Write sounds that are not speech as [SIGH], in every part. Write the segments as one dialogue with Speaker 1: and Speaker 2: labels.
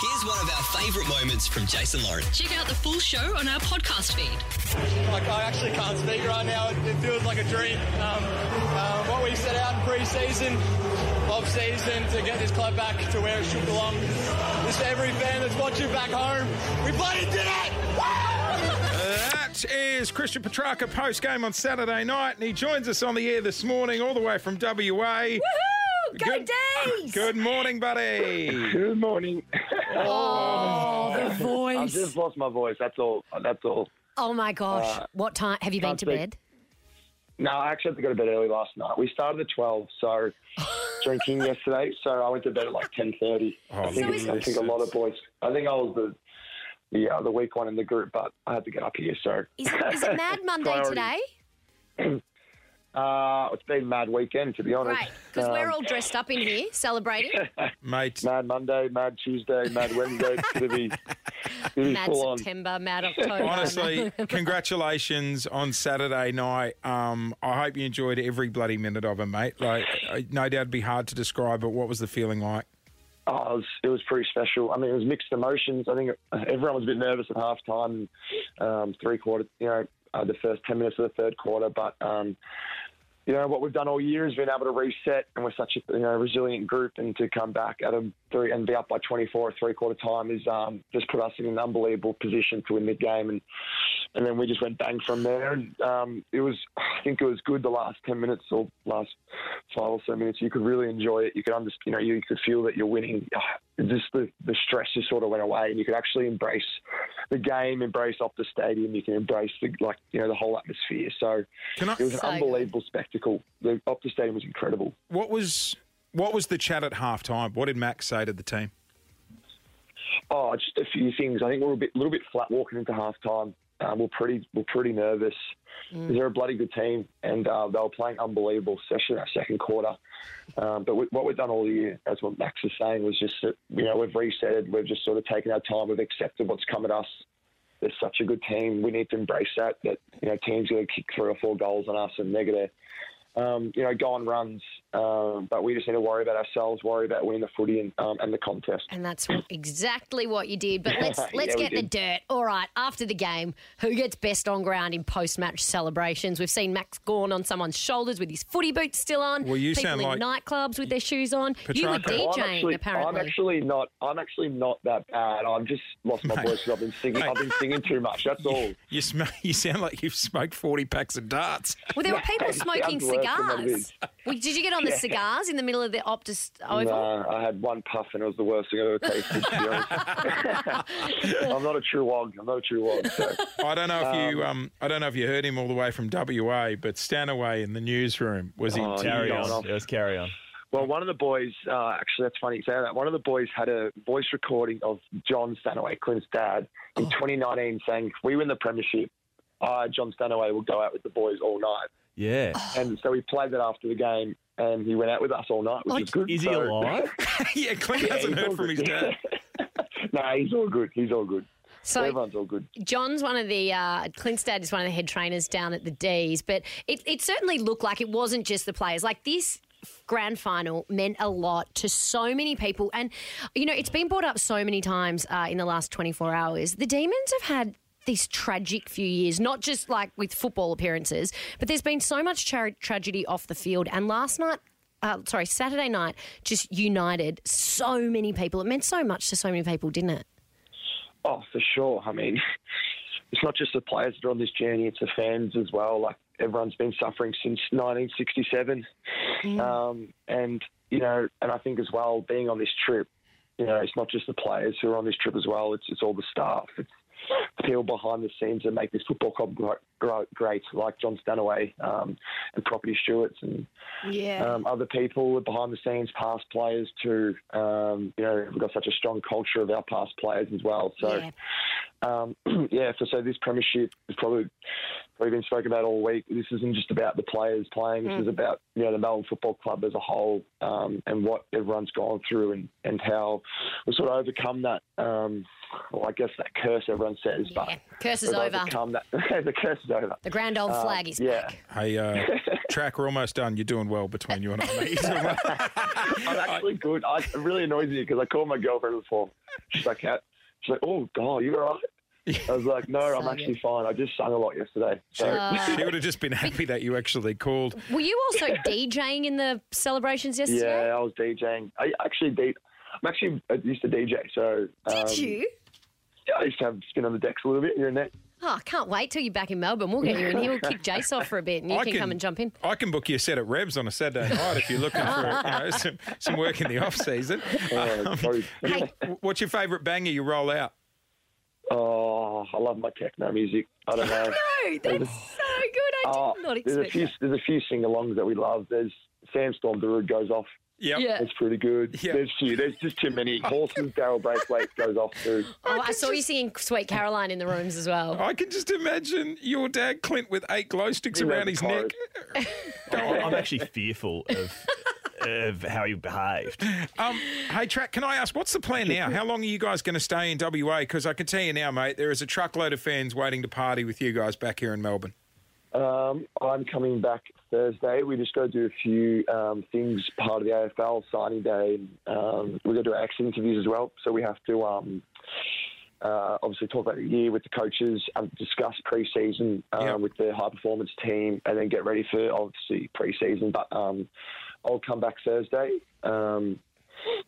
Speaker 1: Here's one of our favourite moments from Jason Lauren.
Speaker 2: Check out the full show on our podcast feed.
Speaker 3: Like, I actually can't speak right now. It, it feels like a dream. Um, uh, what we set out in pre-season, off-season, to get this club back to where it should belong. This for every fan that's watching back home. We bloody did it!
Speaker 4: That is Christian Petrarca post game on Saturday night, and he joins us on the air this morning, all the way from WA. Woohoo!
Speaker 5: Woohoo! Go Dees!
Speaker 4: Good morning, buddy.
Speaker 6: Good morning.
Speaker 5: Oh, the
Speaker 6: I've
Speaker 5: voice.
Speaker 6: just lost my voice. That's all. That's all.
Speaker 5: Oh my gosh. what time have you been
Speaker 6: can't
Speaker 5: to
Speaker 6: speak.
Speaker 5: bed?
Speaker 6: No, I actually had to go to bed early last night. We started at twelve, so
Speaker 5: [LAUGHS]
Speaker 6: drinking yesterday. So I went to bed at like ten thirty.
Speaker 5: Oh,
Speaker 6: I
Speaker 4: So
Speaker 6: think,
Speaker 4: is-
Speaker 6: I think a lot of boys. I think I was the the uh, the weak one in the group, but I had to get up here. So
Speaker 5: Is it, is it Mad Monday
Speaker 6: Priorities.
Speaker 5: today?
Speaker 6: uh, it's been a mad weekend to be honest.
Speaker 5: Right, because
Speaker 6: Um,
Speaker 5: we're all dressed up in here celebrating.
Speaker 4: Mate,
Speaker 6: mad Monday, mad Tuesday, mad Wednesday. It's gonna
Speaker 5: [LAUGHS]
Speaker 6: be, it's gonna be
Speaker 5: Mad
Speaker 6: full on.
Speaker 5: September, Mad October.
Speaker 4: honestly, congratulations on Saturday night. Um, I hope you enjoyed every bloody minute of it, mate. Like, uh, no doubt it'd be hard to describe, but what was the feeling like?
Speaker 6: Oh, it was, it was pretty special. I mean, it was mixed emotions. I think everyone was a bit nervous at half time, um, three quarter, you know, uh, the first 10 minutes of the third quarter. But, um, you know, what we've done all year is been able to reset, and we're such a you know, resilient group. And to come back at a three and be up by 24 at three quarter time is um, just put us in an unbelievable position to win the game. And and then we just went bang from there. And um, it was, I think it was good the last 10 minutes or last five or so minutes. You could really enjoy it. You could understand, you know, you could feel that you're winning. Ah, Just the, the stress just sort of went away and you could actually embrace the game, embrace off the stadium. You can embrace the, like, you know, the whole atmosphere. So
Speaker 4: Can I?
Speaker 6: it was an
Speaker 5: So good.
Speaker 6: unbelievable spectacle. The Optus Stadium was incredible.
Speaker 4: What was what was the chat at halftime? What did Max say to the team?
Speaker 6: Oh, just a few things. I think we we're a bit, little bit flat walking into half time. Um, we're pretty, we're pretty nervous. They're a bloody good team, and uh, they were playing unbelievable, especially in that second quarter. Um, but we, what we've done all year, as what Max was saying, was just that you know we've resetted, we've just sort of taken our time, we've accepted what's come at us. They're such a good team. We need to embrace that. That you know teams are going to kick three or four goals on us, and they're going to um, you know go on runs. Um, but we just need to worry about ourselves, worry about winning the footy and, um, and the contest.
Speaker 5: And that's what- exactly what you did. But let's
Speaker 6: Yeah,
Speaker 5: let's
Speaker 6: we
Speaker 5: get in the dirt. All right, after the game, who gets best on ground in post match celebrations? We've seen Max Gorn on someone's shoulders with his footy boots still on.
Speaker 4: Well, you
Speaker 5: people
Speaker 4: sound
Speaker 5: in
Speaker 4: like-
Speaker 5: nightclubs with their shoes on. you were
Speaker 4: Petrarca.
Speaker 5: DJing
Speaker 6: I'm actually,
Speaker 5: apparently.
Speaker 6: I'm actually not. I'm actually not that bad. I've just lost my voice. 'cause I've been singing. I've been singing too much. That's all.
Speaker 4: You sm- [LAUGHS] you sound like you've smoked forty packs of darts.
Speaker 5: Well, there were
Speaker 6: [LAUGHS]
Speaker 5: people smoking
Speaker 6: sounds worse than what it
Speaker 5: cigars.
Speaker 6: is.
Speaker 5: Well, did you get on
Speaker 6: [LAUGHS]
Speaker 5: the cigars in the middle of the Optus Oval?
Speaker 6: Nah, I had one puff and it was the worst thing I've ever tasted. To be honest. [LAUGHS] I'm not a true wog. I'm not a true wog. So.
Speaker 4: I don't know if you um, I don't know if you heard him all the way from WA, but Stanaway in the newsroom was in
Speaker 6: Oh,
Speaker 4: tears.
Speaker 6: Carry on.
Speaker 7: It was carry on.
Speaker 6: Well, one of the boys, uh, actually, that's funny you say that. One of the boys had a voice recording of John Stanaway, Clint's dad, in
Speaker 7: Oh.
Speaker 6: 2019 saying, if we win the premiership, I, John Stanaway, will go out with the boys all night.
Speaker 7: Yeah.
Speaker 4: Oh.
Speaker 6: And so he played that after the game and he went out with us all night, which is good.
Speaker 7: Is he
Speaker 6: So-
Speaker 7: alive?
Speaker 4: [LAUGHS] yeah, Clint
Speaker 6: [LAUGHS] Yeah,
Speaker 4: hasn't
Speaker 6: he's
Speaker 4: heard
Speaker 6: all
Speaker 4: from
Speaker 6: good.
Speaker 4: his
Speaker 6: [LAUGHS]
Speaker 4: dad.
Speaker 6: no, he's all good. He's all good.
Speaker 5: So
Speaker 6: Everyone's all good.
Speaker 5: John's one of the uh, Clinstad is one of the head trainers down at the D's, but it, it certainly looked like it wasn't just the players. Like this grand final meant a lot to so many people, and you know it's been brought up so many times uh, in the last twenty four hours. The Demons have had. These tragic few years, not just like with football appearances, but there's been so much tra- tragedy off the field. And last night, uh, sorry, Saturday night, just united so many people. It meant so much to so many people, didn't it?
Speaker 6: Oh, for sure. I mean, it's not just the players that are on this journey; it's the fans as well. Like everyone's been suffering since 1967, um, and you know, and I think as well, being on this trip, you know, it's not just the players who are on this trip as well. It's it's all the staff. It's people behind the scenes that make this football club gr- gr- great, like John Stanaway um, and Property Stewarts and
Speaker 5: Yeah.
Speaker 6: um, other people behind the scenes, past players too. Um, you know, we've got such a strong culture of our past players as well. So,
Speaker 5: Yeah.
Speaker 6: um, [CLEARS THROAT] yeah. So, so this premiership has probably probably been spoken about all week. This isn't just about the players playing.
Speaker 5: Mm.
Speaker 6: This is about you know the Melbourne Football Club as a whole um, and what everyone's gone through and and how we sort of overcome that. Um, well, I guess that curse everyone says, but
Speaker 5: Curse is
Speaker 6: we've
Speaker 5: over. [LAUGHS]
Speaker 6: [LAUGHS] overcome that. the curse is over.
Speaker 5: The grand old flag is
Speaker 6: Um, yeah.
Speaker 5: back.
Speaker 4: Hey, uh, track. We're almost done. You're doing well between you and I.
Speaker 6: [LAUGHS]
Speaker 4: mate. You're doing well.
Speaker 6: I'm actually good. I, it really annoys me because I called my girlfriend before. She's like, Kat. She's like, oh, God, you all
Speaker 5: [LAUGHS]
Speaker 6: right? I was like, no, I'm
Speaker 5: So Oh,
Speaker 6: actually fine. I just sung a lot yesterday. So,
Speaker 4: she, she would have just been happy that you actually called.
Speaker 5: Were you also
Speaker 6: [LAUGHS]
Speaker 5: DJing in the celebrations yesterday?
Speaker 6: yeah, I was DJing. I actually date. I'm actually I used to DJ, so um,
Speaker 5: Did you?
Speaker 6: Yeah, I used to have spin on the decks a little bit here and there.
Speaker 5: Oh, I can't wait till you're back in Melbourne. We'll get you in here. We'll
Speaker 6: [LAUGHS]
Speaker 5: kick Jace off for a bit and you
Speaker 4: I
Speaker 5: can, come and jump in.
Speaker 4: I can book you a set at Rebs on a Saturday night if you're looking for you know, some, some work in the off season. Uh,
Speaker 6: Oh, sorry.
Speaker 5: Hey,
Speaker 4: What's your favourite banger you roll out?
Speaker 6: oh, I love my techno music. I don't
Speaker 5: [LAUGHS]
Speaker 6: know.
Speaker 5: no, that's so good. I did
Speaker 6: Oh,
Speaker 5: not
Speaker 6: there's a
Speaker 5: expect
Speaker 6: few.
Speaker 5: that.
Speaker 6: There's a few sing-alongs that we love. There's Sandstorm. The Rood goes off.
Speaker 4: Yep.
Speaker 5: Yeah.
Speaker 6: That's pretty good.
Speaker 4: Yeah.
Speaker 6: There's few. There's just too many horses. Daryl Braithwaite goes off too.
Speaker 5: Oh, I saw you singing Sweet Caroline in the rooms as well.
Speaker 4: I can just imagine your dad, Clint, with eight glow sticks
Speaker 6: You know
Speaker 4: around
Speaker 6: the
Speaker 4: his neck. Go on.
Speaker 7: I'm actually fearful of of how he behaved.
Speaker 4: Um, hey, Track, can I ask, what's the plan now? How long are you guys going to stay in WA? Because I can tell you now, mate, there is a truckload of fans waiting to party with you guys back here in Melbourne.
Speaker 6: Um, I'm coming back Thursday. We just got to do a few um, things, part of the AFL signing day. Um, we're going to do our ex interviews as well. So we have to um, uh, obviously talk about the year with the coaches, um, discuss pre-season uh,
Speaker 4: Yeah.
Speaker 6: with the high-performance team, and then get ready for obviously pre-season. But um, I'll come back Thursday. Um,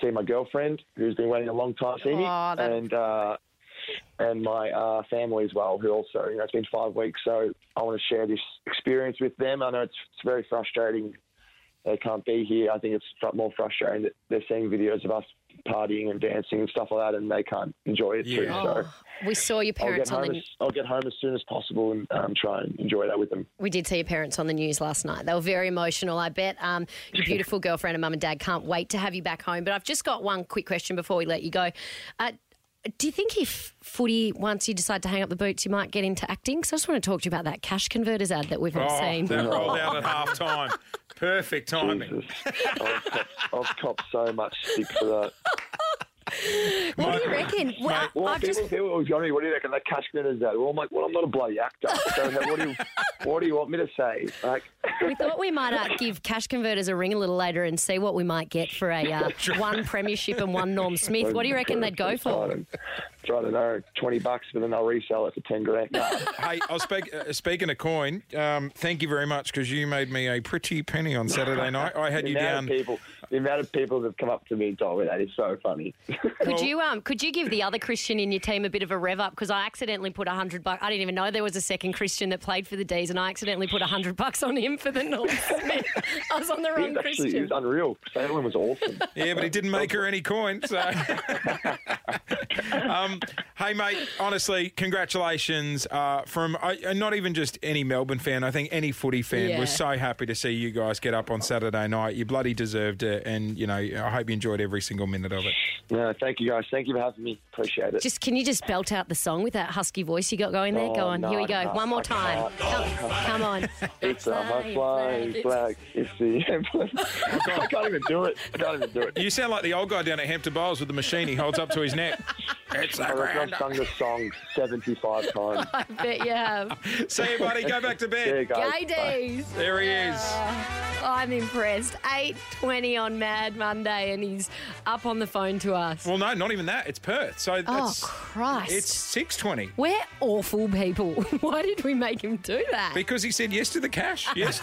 Speaker 6: see my girlfriend, who's been waiting a long time to see me,
Speaker 5: Aw, that-
Speaker 6: and uh, and my uh, family as well, who also, you know, it's been five weeks, so I want to share this experience with them. I know it's, it's very frustrating they can't be here. I think it's fr- more frustrating that they're seeing videos of us partying and dancing and stuff like that, and they can't enjoy it too.
Speaker 4: Yeah.
Speaker 6: So
Speaker 5: We saw your Oh,
Speaker 6: I'll get
Speaker 5: parents on the.
Speaker 6: home. As, I'll get home as soon as possible and um, try and enjoy that with them.
Speaker 5: We did see your parents on the news last night. They were very emotional, I bet. Um, your beautiful girlfriend and mum and dad can't wait to have you back home. But I've just got one quick question before we let you go. Uh, do you think if footy, once you decide to hang up the boots, you might get into acting? So I just want to talk to you about that cash converters ad that we've all
Speaker 4: Oh,
Speaker 5: seen.
Speaker 4: that rolled out at half time. Perfect
Speaker 5: [LAUGHS]
Speaker 4: timing.
Speaker 6: Jesus. I've, copped, I've copped so much stick for that.
Speaker 5: What do you reckon? Well, I,
Speaker 6: Well,
Speaker 5: I've
Speaker 6: people,
Speaker 5: just.
Speaker 6: people always go to me, what do you reckon the cash bin is that? Well, I'm like, well, I'm not a bloody actor. So what, do you, [LAUGHS] what do you want me to say? Like, [LAUGHS]
Speaker 5: We thought we might uh, give cash converters a ring a little later and see what we might get for a
Speaker 6: [LAUGHS]
Speaker 5: uh, one premiership and one Norm Smith. What do you reckon they'd go for?
Speaker 6: I don't know, 20 bucks, but then they'll resell it for 10 grand.
Speaker 4: [LAUGHS]
Speaker 6: No.
Speaker 4: Hey, I'll speak, uh, speaking of coin, um, thank you very much because you made me a pretty penny on Saturday night. I had
Speaker 6: The
Speaker 4: you
Speaker 6: amount
Speaker 4: down.
Speaker 6: of people, the amount of people that have come up to me and told me that is so funny. [LAUGHS]
Speaker 5: Could you um could you give the other Christian in your team a bit of a rev up because I accidentally put a hundred bucks. I didn't even know there was a second Christian that played for the D's, and I accidentally put a hundred bucks on him for the
Speaker 6: [LAUGHS]
Speaker 5: North Smith. I was on the wrong
Speaker 6: It's actually, it
Speaker 5: Christian.
Speaker 6: was unreal. Salem was awesome.
Speaker 4: [LAUGHS] Yeah, but he didn't make her any coin.
Speaker 5: [LAUGHS]
Speaker 4: So, um, hey, mate, honestly, congratulations uh, from uh, not even just any Melbourne fan. I think any footy fan
Speaker 5: Yeah.
Speaker 4: was so happy to see you guys get up on Saturday night. You bloody deserved it, and you know I hope you enjoyed every single minute of it.
Speaker 6: No, thank you guys. Thank you for having me. Appreciate it.
Speaker 5: Just can you just belt out the song with that husky voice you got going there? go
Speaker 6: Oh,
Speaker 5: on,
Speaker 6: no,
Speaker 5: here we go,
Speaker 6: no,
Speaker 5: one more
Speaker 6: I
Speaker 5: time. Come, come
Speaker 6: [LAUGHS]
Speaker 5: on.
Speaker 6: it's a
Speaker 5: flying
Speaker 6: high flying
Speaker 5: flag.
Speaker 6: flag. It's the [LAUGHS] emblem.
Speaker 4: Oh,
Speaker 6: I can't even do it. I can't even
Speaker 4: [LAUGHS]
Speaker 6: do it.
Speaker 4: You sound like the old guy down at Hampton Bowls with the machine he holds up to his
Speaker 5: [LAUGHS]
Speaker 4: neck. It's a
Speaker 6: I reckon
Speaker 4: round.
Speaker 6: I've sung this song 75 times.
Speaker 5: Bet you have.
Speaker 4: See you, buddy. Go back to
Speaker 6: There you
Speaker 4: bed.
Speaker 6: go.
Speaker 5: Gay D's.
Speaker 4: There he is.
Speaker 5: I'm impressed. 8.20 on Mad Monday and he's up on the phone to us.
Speaker 4: Well, no, not even that. It's Perth. So
Speaker 5: oh,
Speaker 4: it's,
Speaker 5: Christ.
Speaker 4: it's six twenty.
Speaker 5: We're awful people. [LAUGHS] Why did we make him do that?
Speaker 4: Because he said yes to the cash. Yes